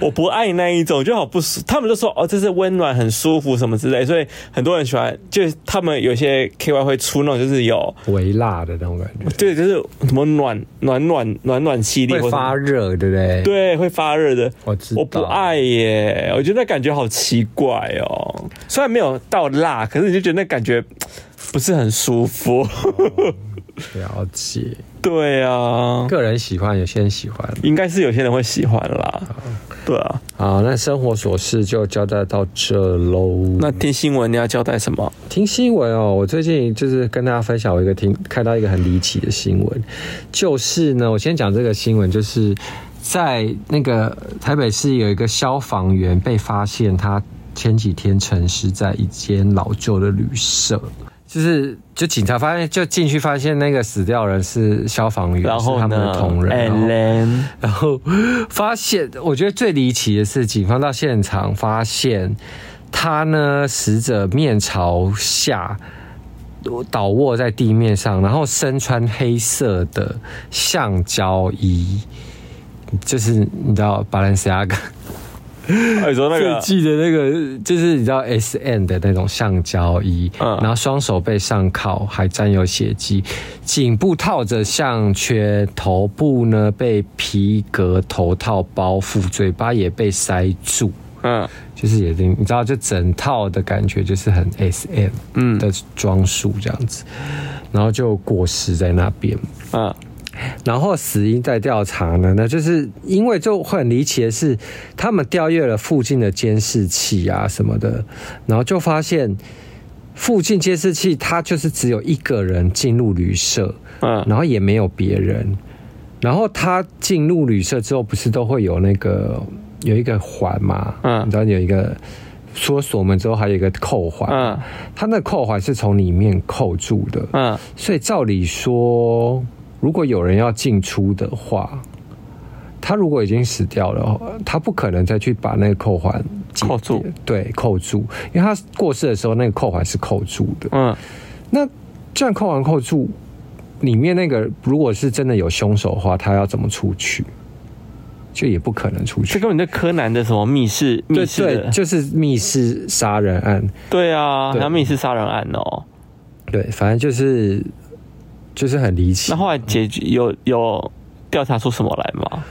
我不爱那一种，就好不舒。他们就说哦，这是温暖、很舒服什么之类，所以很多人喜欢。就是他们有些 KY 会出那种，就是有微辣的那种感觉，对，就是什么暖暖暖暖暖系列，或会者发热，对不对？，对会发热的。我知道。我不爱耶，我觉得那感觉好奇怪哦。虽然没有到辣，可是你就觉得那感觉不是很舒服。了解。 对啊，个人喜欢，有些人喜欢。应该是有些人会喜欢啦。对啊，好，那生活琐事就交代到这喽。那听新闻你要交代什么？听新闻哦，我最近就是跟大家分享我一个听看到一个很离奇的新闻，就是呢，我先讲这个新闻，就是在那个台北市有一个消防员被发现，他前几天沉尸在一间老旧的旅社。就是，就警察发现，就进去发现那个死掉的人是消防员，然是后他们的呢同仁，然后 Alan 然后发现，我觉得最离奇的是，警方到现场发现他呢，死者面朝下倒卧在地面上，然后身穿黑色的橡胶衣，就是你知道巴伦西亚嘎哎你说那设个计的那个，就是你知道 S N 的那种橡胶衣，嗯然后双手背上铐，还沾有血迹，颈部套着项圈，头部呢被皮革头套包覆，嘴巴也被塞住，嗯就是也是你知道，就整套的感觉就是很 S M 的装束这样子，然后就过世在那边。嗯然后死因在调查呢，那就是因为就很离奇的是，他们调阅了附近的监视器啊什么的，然后就发现附近监视器它就是只有一个人进入旅社，嗯然后也没有别人。然后他进入旅社之后，不是都会有那个有一个环嘛？嗯你知道有一个说锁门之后还有一个扣环，嗯他那扣环是从里面扣住的，嗯，所以照理说，如果有人要进出的话，他如果已经死掉了，他不可能再去把那个扣环解扣住，对，扣住，因为他过世的时候那个扣环是扣住的。嗯那这样扣环扣住，里面那个如果是真的有凶手的话，他要怎么出去？就也不可能出这去。根本就柯南的什么密室密对室的对，就是密室杀人案。对啊，对然后密室杀人案哦。对，反正就是就是很离奇。那后来解决有有调查出什么来吗？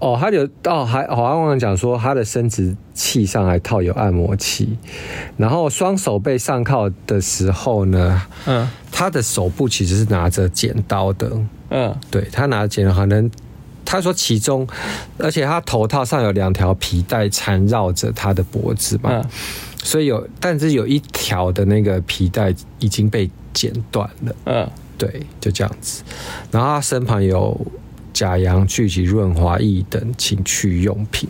哦，他有哦，还好像忘了讲说，他的生殖器上还套有按摩器，然后双手被上铐的时候呢，嗯他的手部其实是拿着剪刀的，嗯对他拿着剪刀，可能他说其中，而且他头套上有两条皮带缠绕着他的脖子嘛，嗯所以有，但是有一条的那个皮带已经被剪断了。嗯对，就这样子。然后他身旁有假洋聚集润滑液等情趣用品。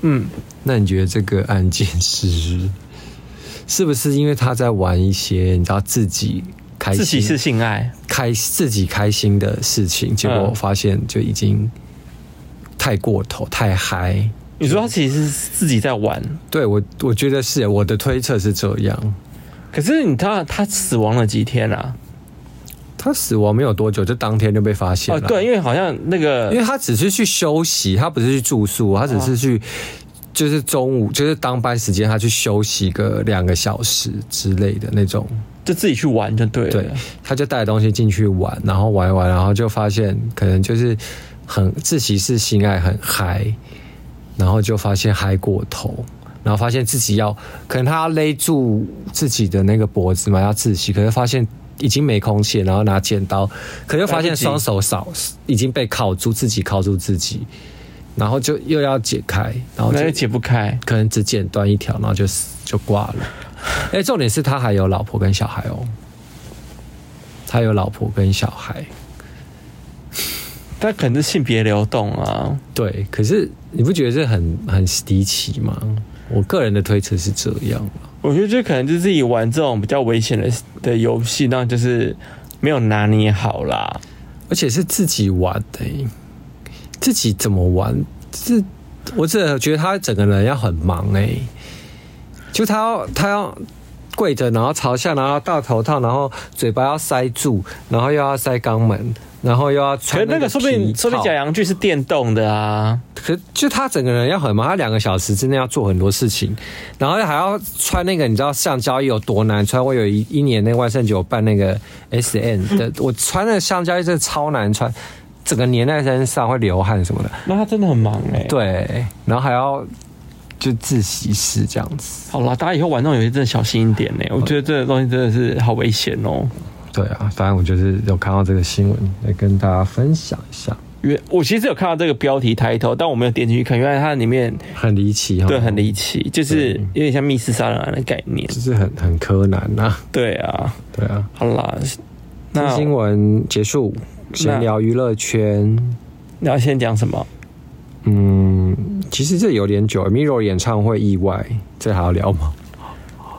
嗯，那你觉得这个案件是 是不是因为他在玩一些你知道自己开自心己是性爱，开自己开心的事情，结果嗯发现就已经太过头太嗨？你说他其实是自己在玩，对我，我觉得是我的推测是这样。可是你知道他死亡了几天啊？他死亡没有多久，就当天就被发现哦，了。对，因为好像那因个为他只是去休息，他不是去住宿，他只是去。就是中午，就是当班时间，他去休息个两个小时之类的那种。就自己去玩就对了。对，他就带东西进去玩，然后玩一玩，然后就发现可能就是很自习室性爱很嗨，然后就发现嗨过头，然后发现自己要可能他要勒住自己的那个脖子嘛，要窒息，可是发现。已经没空气了，然后拿剪刀，可又发来现不及双手少已经被铐住，自己铐住自己，然后就又要解开，然后那就就解不开，可能只剪断一条，然后就死就挂了。哎、重点是他还有老婆跟小孩哦，他有老婆跟小孩。但可能是性别流动啊。对，可是你不觉得这很很离奇吗？我个人的推测是这样啦我觉得这可能就是自己玩这种比较危险的的游戏，那就是没有拿捏好啦。而且是自己玩的、欸自己怎么玩？这我这觉得他整个人要很忙哎、就他要他要跪着，然后朝下，然后大头套，然后嘴巴要塞住，然后又要塞肛门，然后又要可穿是那个个说不定皮说不定套假洋剧是电动的啊，可就他整个人要很忙，他两个小时之内要做很多事情，然后还要穿那个你知道橡胶衣有多难穿？我有一一年那个万圣节我办那个 S N 的，我穿那个橡胶衣真的超难穿，整个粘在身上会流汗什么的。那他真的很忙哎、，对，然后还要就自习室这样子。欸好啦，大家以后玩这种游戏真的小心一点呢、我觉得这个东西真的是好危险哦、对啊，反正我就是有看到这个新闻，来跟大家分享一下，原我其实有看到这个标题 title，但我没有点进去看，原来它里面很离奇哈、对很，离奇，就是有点像密室杀人案的概念。就是很很柯南呐、对啊，对啊。好啦，那新闻结束，那先聊娱乐圈。你要先讲什么？嗯，其实这有点久，Miro 演唱会意外，这还要聊吗？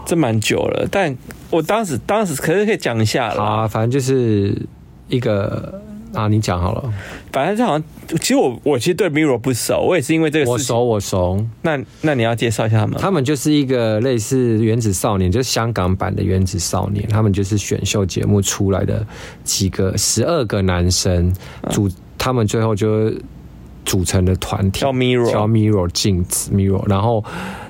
这蛮久了，但我当时当时可是可以讲一下好啦。啊，反正就是一个啊，你讲好了，反正这好像，其实我我其实对 Mirror 不熟，我也是因为这个我事情。嗯熟我熟，那那你要介绍一下他们？他们就是一个类似原子少年，就是香港版的原子少年，他们就是选秀节目出来的几个十二个男生嗯组，他们最后就组成的团体叫 Mirror 叫 Mirror 镜子 Mirror，然后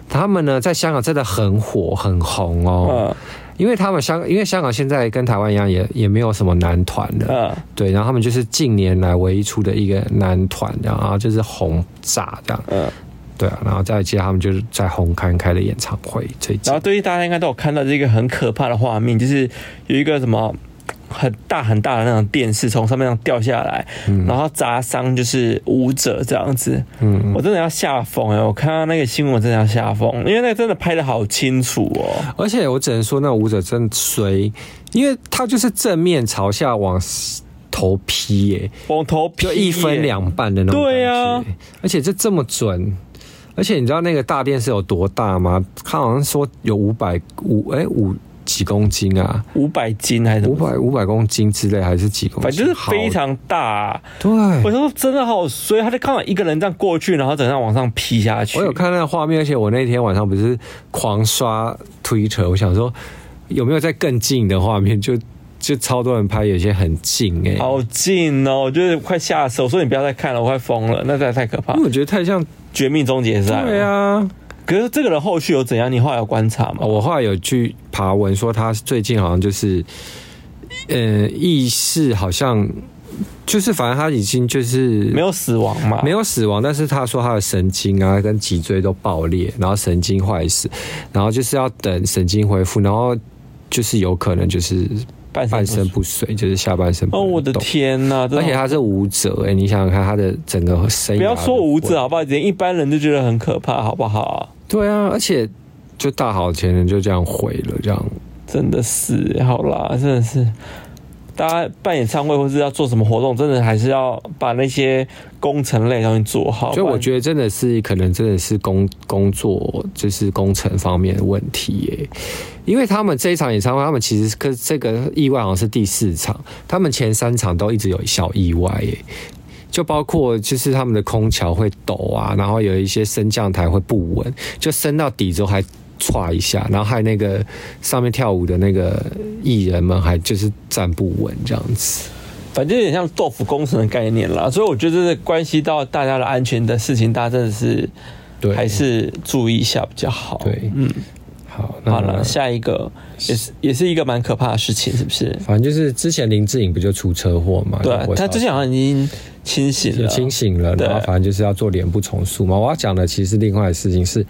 他们呢在香港真的很火很红哦。嗯因为他们香，因为香港现在跟台湾一样也，也没有什么男团了，嗯，对，然后他们就是近年来唯一出的一个男团，然后就是红炸这样，嗯对啊，然后再接着他们就是在红磡开的演唱会，最近然后最近大家应该都有看到这个很可怕的画面，就是有一个什么很大很大的那种电视从上面上掉下来，嗯然后砸伤就是舞者这样子。嗯，我真的要吓疯哎！我看到那个新闻，我真的要吓疯，因为那个真的拍的好清楚哦。而且我只能说，那舞者真衰，因为他就是正面朝下往头劈耶、我头皮就 E 耶一分，两半的那种感觉。对啊而且这这么准，而且你知道那个大电视有多大吗？他好像说有五百五哎五几公斤啊，五百斤还是什五么？百五百公斤之类还是几公斤？反正就是非好常大、啊 我对。说真的好衰，他就刚好一个人这样过去，然后整个往上劈下去。我有看那个画面，而且我那天晚上不是狂刷 Twitter，我想说有没有在更近的画面，就 就超多人拍，有些很近哎、好近哦，我就是快吓死我！我说你不要再看了，我快疯了，那真的太可怕 因。为我觉得太像绝命终结赛。对，啊，可是这个人后续有怎样？你后来有观察吗？哦我后来有去爬文说他最近好像就是，呃，意识好像就是反正他已经就是没有死亡嘛？没，有死亡，但是他说他的神经啊跟脊椎都爆裂，然后神经坏死，然后就是要等神经恢复，然后就是有可能就是半半身身不不遂，就是下半身不哦，能我的动。天呐、真的而且他是舞者，哎、你想想看，他的整个生涯不要说舞都者好不好？连一般人都觉得很可怕，好不好？对啊，而且就大好前程就这样毁了，这样真的是，好啦，真的是。大家办演唱会或是要做什么活动，真的还是要把那些工程类的东西做好。所以我得觉得真的是可能真的是工工作就是工程方面的问题耶，因为他们这一场演唱会，他们其实可这个意外好像是第四场，他们前三场都一直有小意外耶。就包括就是他们的空桥会抖啊，然后有一些升降台会不稳，就升到底之后还歘一下，然后还有那个上面跳舞的那个艺人们还就是站不稳这样子。反正有点像豆腐工程的概念啦，所以我觉得这关系到大家的安全的事情，大家真的是对，还是注意一下比较好。对，嗯嗯。好，那好了，下一个也是也是一个蛮可怕的事情，是不是？反正就是之前林志颖不就出车祸嘛？对然啊后，我他之前好像已经清醒也了，清醒了，对然后反正就是要做脸部重塑嘛。我要讲的其实是另外的事情是，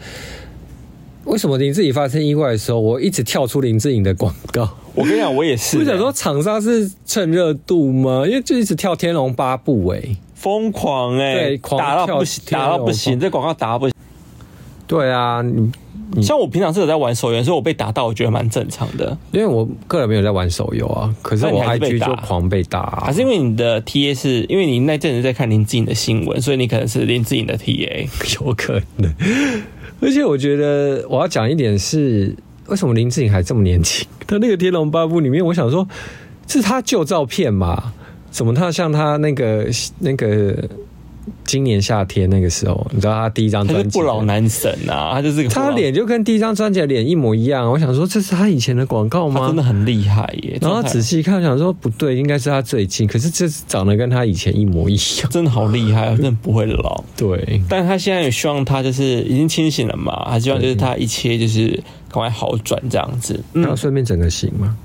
为什么林志颖发生意外的时候，我一直跳出林志颖的广告？我跟你讲，我也是，我想说厂商是趁热度吗？因为就一直跳《天龙八部》哎、疯狂哎、对狂打到不行，跳啊打到不行，跳这广告打到不行。对啊，你像我平常是有在玩手游，所以我被打到，我觉得蛮正常的。因为我个人没有在玩手游啊，可是那你我还是被 IG 打就狂被打、啊还是因为你的 TA 是因为你那阵子在看林志颖的新闻，所以你可能是林志颖的 TA。 有可能。而且我觉得我要讲一点是，为什么林志颖还这么年轻？他那个《天龙八部》里面，我想说，是他旧照片嘛？怎么他像他那个那个今年夏天那个时候，你知道他第一张他是专辑不老男神啊，他就是个不老他脸就跟第一张专辑的脸一模一样。我想说，这是他以前的广告他吗真的？很厉害耶。然后真的仔细看，想说不对，应该是他最近，可是这长得跟他以前一模一样。真的好厉害，真的不会老。对，但他现在有希望，他就是已经清醒了嘛，他希望就是他一切就是赶快好转这样子。然后嗯，顺便整个型嘛，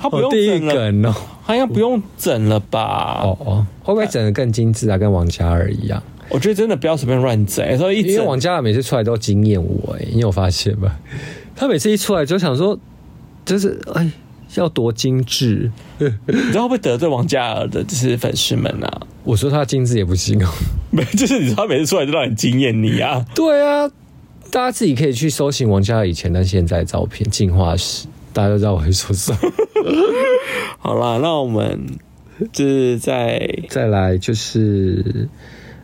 他不用第一整了，梗哦。他应该不用整了吧？哦哦，会不会整的更精致啊？跟王嘉尔一样？我觉得真的不要随便乱整，有时候一因为整王嘉尔每次出来都欸 惊艳我、哎，你有发现吗？他每次一出来就想说，就是哎，要多精致？你知道会不会得罪王嘉尔的就是粉丝们啊？ 我说他精致也不行哦。没，就是你知道他每次出来就让你惊艳你啊。 对啊，大家自己可以去搜寻王嘉尔以前跟现在的照片，进化史，大家都知道我会说什么。好啦，那我们就是在再来就是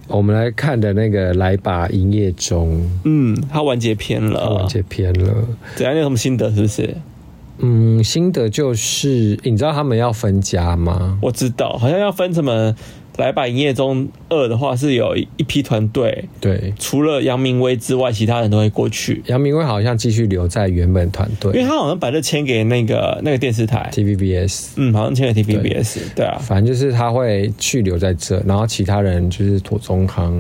我们来看的那个《来吧营业中嗯，他完结篇》了完，结篇了。怎样？你有什么心得？是不是？嗯，新的就是你知道他们要分家吗？我知道，好像要分什么来把营业中二的话是有一批团队，对，除了杨明威之外，其他人都会过去，杨明威好像继续留在原本团因为队他好像把这签给那个那个电视台， TVBS。嗯，好像签给 TVBS，对嗯啊，反正就是他会去留在这，然后其他人就是妥中康、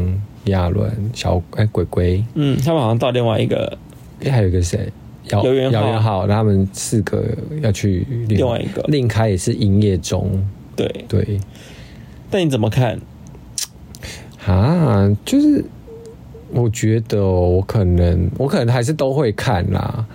亚伦、小哎、鬼鬼，嗯，他们好像到另外一个哎还有一个谁？姚姚元浩姚元浩，他们四个要去另另外一个另开也是营业中，对，对但你怎么看？啊，就是我觉得哦我可能我可能还是都会看啦，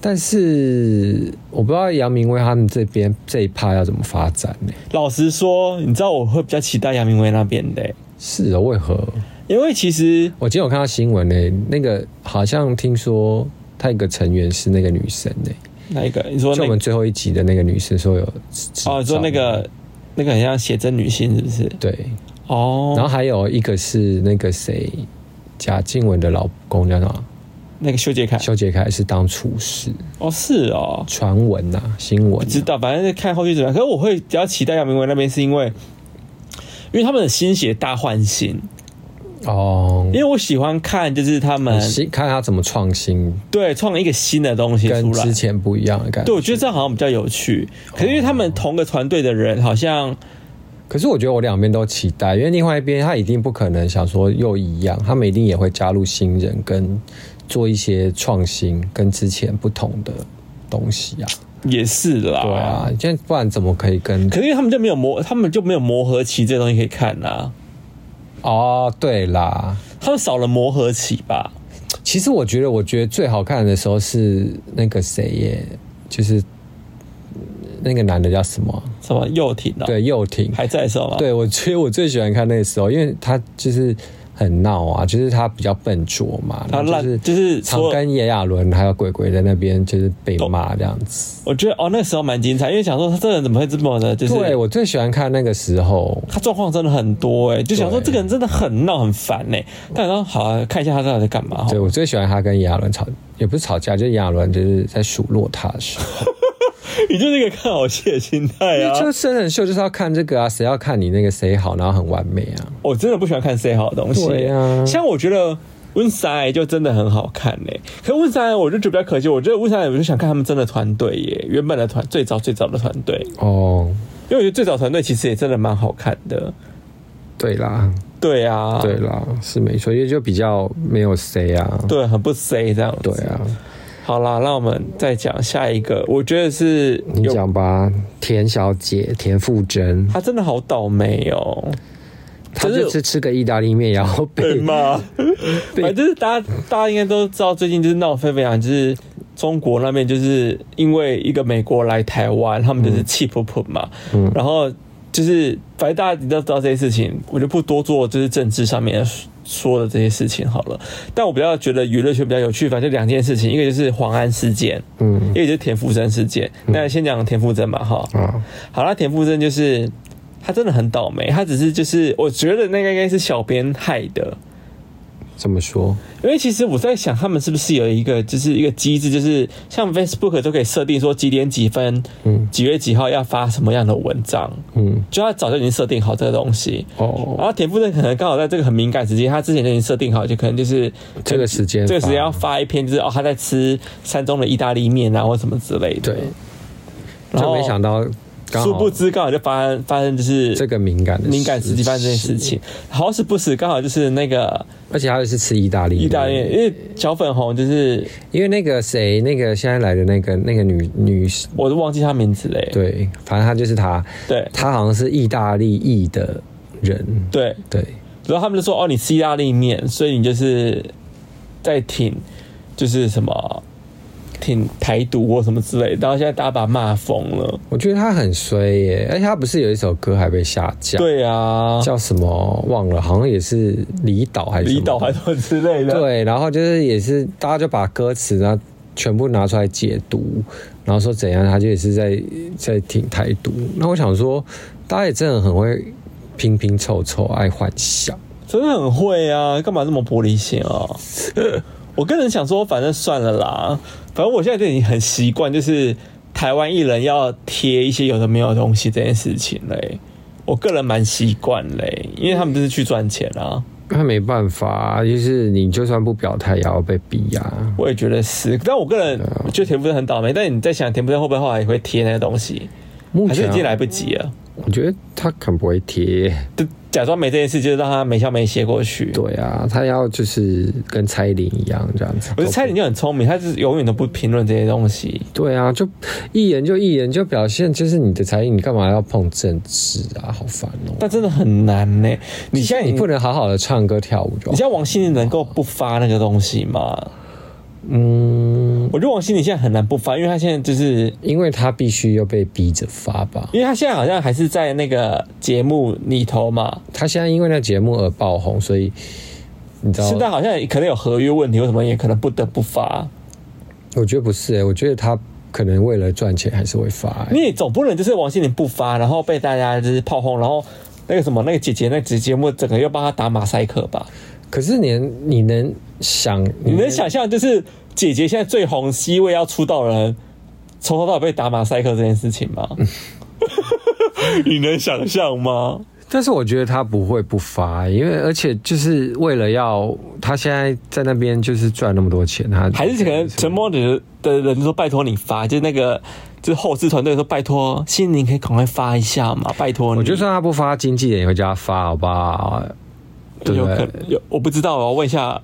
但是我不知道杨明威他们这边这一趴要怎么发展呢、老实说，你知道我会比较期待杨明威那边的欸、是啊，为何？因为其实我今天有看到新闻呢、欸那个好像听说他一个成员是那个女生呢、那一个你说就那我个们最后一集的那个女生说有执哦，你说那照个那个很像写真女性是不是？对，哦，然后还有一个是那个谁贾静雯的老公叫什么？那个修杰楷肖杰凯是当厨师，哦是哦，传闻呐，新闻、不知啊，道，反正是看后续怎么样。可是我会比较期待杨明威那边，是因为因为他们的新血大换新，哦因，为我呃喜欢看就是他们新看他怎么创新，对创了一个新的东西跟出来之。前不一样的感对，觉我。觉得这样好像比较有趣。可是因为他们同个团队的人，好像可是我觉得我两边都期待，因为另外一边他一定不可能想说又一样，他们一定也会加入新人跟做一些创新跟之前不同的东西啊。也是啦。对啊，这样不然怎么可以跟可？是因为他们就没有磨，他们就没有磨合期这东西可以看啊。哦，对啦，他们少了磨合期吧？其实我觉得，我觉得最好看的时候是那个谁耶，就是那个男的叫什么啊？什么又停了？，对，佑廷。还在是吗？，对我 觉得我最喜欢看那个时候，因为他就是很闹啊，就是他比较笨拙嘛，他然后就是烂就是常说，跟炎亚纶还有鬼鬼在那边就是被骂这样子。我觉得哦，那时候蛮精彩，因为想说他这人怎么会这么的，就是对我最喜欢看那个时候，他状况真的很多哎、就想说对这个人真的很闹很烦哎、但然后好、啊、看一下他到底在干嘛好对我最喜欢他跟炎亚纶吵，也不是吵架，就是炎亚纶就是在数落他的时候。你就是一个看好戏的心态因为就啊！是真人秀就是要看这个啊，谁要看你那个谁好，然后很完美啊。我真的不喜欢看 say 好的东西、对啊像我觉得。温莎就真的很好看嘞、可温莎我就觉得比较可惜。我觉得温莎我就想看他们真的团队耶，原本的团最早最早的团队，哦，因为我觉得最早团队其实也真的蛮好看的。对啦，对啊，对啦，是没错，因为就比较没有谁啊。对，很不 say 这样子。对啊，好啦，那我们再讲下一个，我觉得是你有讲吧，田小姐田馥甄，他真的好倒霉哦，她就是就吃吃个意大利面，然后被吗？反正就是大家大家应该都知道，最近就是闹得沸沸扬扬，就是中国那边就是因为一个美国来台湾，他们就是气噗噗嘛，然后就是反正大家都知道这些事情，我就不多做就是政治上面说的这些事情好了。但我比较觉得娱乐圈比较有趣，反正就两件事情，一个就是黄安事件，嗯，一个就是田馥甄事件。那先讲田馥甄吧，哈，啊，好啦，田馥甄就是他真的很倒霉，他只是就是我觉得那个应该是小编害的，怎么说？因为其实我在想他们是不是有一个就是一个机制，就是像 Facebook 都可以设定说几点几分，嗯几月几号要发什么样的文章，嗯，就他早就已经设定好这个东西。哦，然后田馥甄可能刚好在这个很敏感时间，他之前就已经设定好，就可能就是这个时间这个时间要发发一篇，就是哦他在吃山中的意大利面啊或什么之类的。对，然就后没想到刚殊好不知刚好就发生发生就是这个敏感的敏感时期发生这件事情，好死不死刚好就是那个而且她又是吃意大利面意大利面，因为小粉红就是因为那个谁，那个现在来的那个那个女女，我都忘记他名字嘞，对，反正她就是她，对她好像是意大利裔的人，对，对，然后他们就说哦，你吃意大利面，所以你就是在挺就是什么挺台独或什么之类的，然后现在大家把他骂疯了。我觉得他很衰耶，而且他不是有一首歌还被下架，对啊，叫什么忘了，好像也是离岛还是什么离岛还是什么之类的。对，然后就是也是大家就把歌词呢全部拿出来解读，然后说怎样，他就也是在在挺台独。那我想说，大家也真的很会拼拼凑凑，爱幻想。真的很会啊，干嘛这么玻璃心 啊？我个人想说，反正算了啦，反正我现在对你很习惯，就是台湾艺人要贴一些有的没有的东西这件事情嘞。我个人蛮习惯嘞，因为他们就是去赚钱啊。那没办法，就是你就算不表态也要被逼呀、啊。我也觉得是，但我个人觉得田馥甄很倒霉。但你在想田馥甄会不会后来也会贴那个东西，目还是前已啊经来不及了？我觉得他可能不会贴。就假装没这件事，就是让他没笑没写过去。对啊，他要就是跟蔡依林一样这样子。我觉得蔡依林就很聪明，她就是永远都不评论这些东西。对啊，就艺人就艺人就表现，就是你的才艺，你干嘛要碰政治啊？好烦哦、但真的很难呢、你现在你你不能好好的唱歌跳舞就你好。像王心凌能够不发那个东西吗？嗯，我觉得王心凌现在很难不发，因为她现在就是，因为他必须要被逼着发吧。因为她现在好像还是在那个节目里头嘛，他现在因为那节目而爆红，所以你知现在道，好像可能有合约问题，为什么也可能不得不发。我觉得不是、欸，我觉得他可能为了赚钱还是会发、欸。因为总不能就是王心凌不发，然后被大家就是炮轰，然后那个什么那个姐姐那节节目整个又帮她打马赛克吧？可是你能你能想，你能想象就是姐姐现在最红 C 位要出道的人，从头到尾被打马赛克这件事情吗？ 你能想象吗？但是我觉得他不会不发，欸因为而且就是为了要他现在在那边就是赚那么多钱，他还是可能陈默的的人说拜托你发，就是那个就是后置团队说拜托，心灵可以赶快发一下嘛，拜托你。我就算他不发，经纪人也会叫他发，好不好？对有不对？可能有，我不知道，啊我要问一下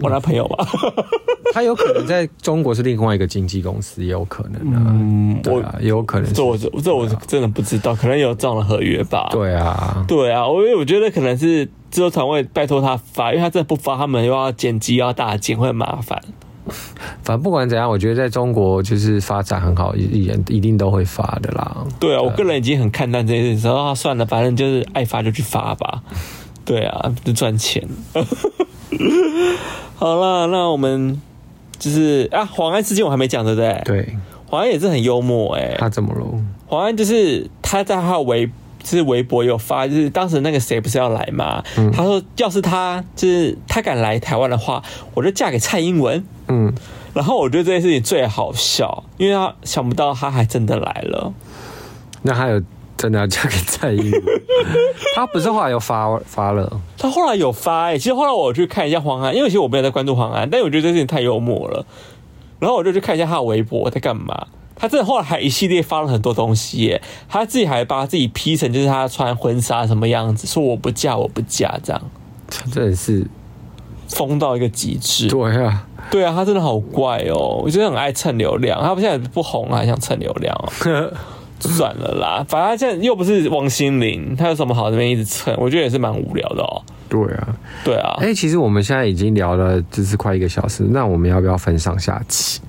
我男朋友啊吧。他有可能在中国是另外一个经纪公司，也有可能啊， 嗯对啊，也有可能是这，我这这我真的不知道，可能有这样的合约吧。对啊，对啊，我我觉得可能是制作团队拜托他发，因为他真的不发，他们又要剪辑又要大剪，会很麻烦。反正不管怎样，我觉得在中国就是发展很好，艺人一定都会发的啦。对啊，我个人已经很看淡这件事，说啊算了，反正就是爱发就去发 吧。对啊，就赚钱。 好了，那我们就是啊，黄安事件我还没讲，对不对？对黄安也是很幽默哎、他怎么了？黄安就是他在他的微就是微博有发，就是当时那个谁不是要来嘛？他说要是他就是他敢来台湾的话，我就嫁给蔡英文。嗯，然后我觉得这件事情最好笑，因为他想不到他还真的来了。那他有真的要嫁给蔡依 林？他不是后来有发发了？他后来有发哎、欸，其实后来我去看一下黄安，因为其实我没有在关注黄安，但我觉得这件事情太幽默了。然后我就去看一下他的微博在干嘛。他真的后来还一系列发了很多东西耶、他自己还把自己 P 成就是他穿婚纱什么样子，说我不嫁我不嫁这样，他真的是疯到一个极致。对啊，对啊，他真的好怪哦，我觉得很爱蹭流量。他现在不红了，还想蹭流量哦，算了啦，反正他现在又不是王心凌，他有什么好这边一直蹭？我觉得也是蛮无聊的哦。对啊。对啊，哎、其实我们现在已经聊了就是快一个小时，那我们要不要分上下期？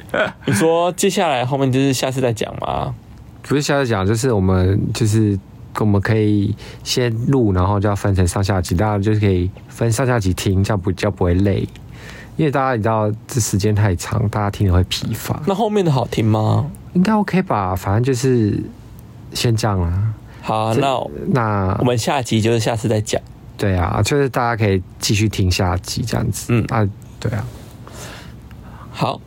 你说接下来后面就是下次再讲吗？不是下次讲，就是我们就是我们可以先录，然后就要分成上下集，大家就是可以分上下集听，这样比较不会累。因为大家你知道这时间太长，大家听了会疲乏。那后面的好听吗？应该 OK 吧？反正就是先这样啦。好啊，那那我们下集就是下次再讲。对啊，就是大家可以继续听下集这样子。嗯啊，对啊，好，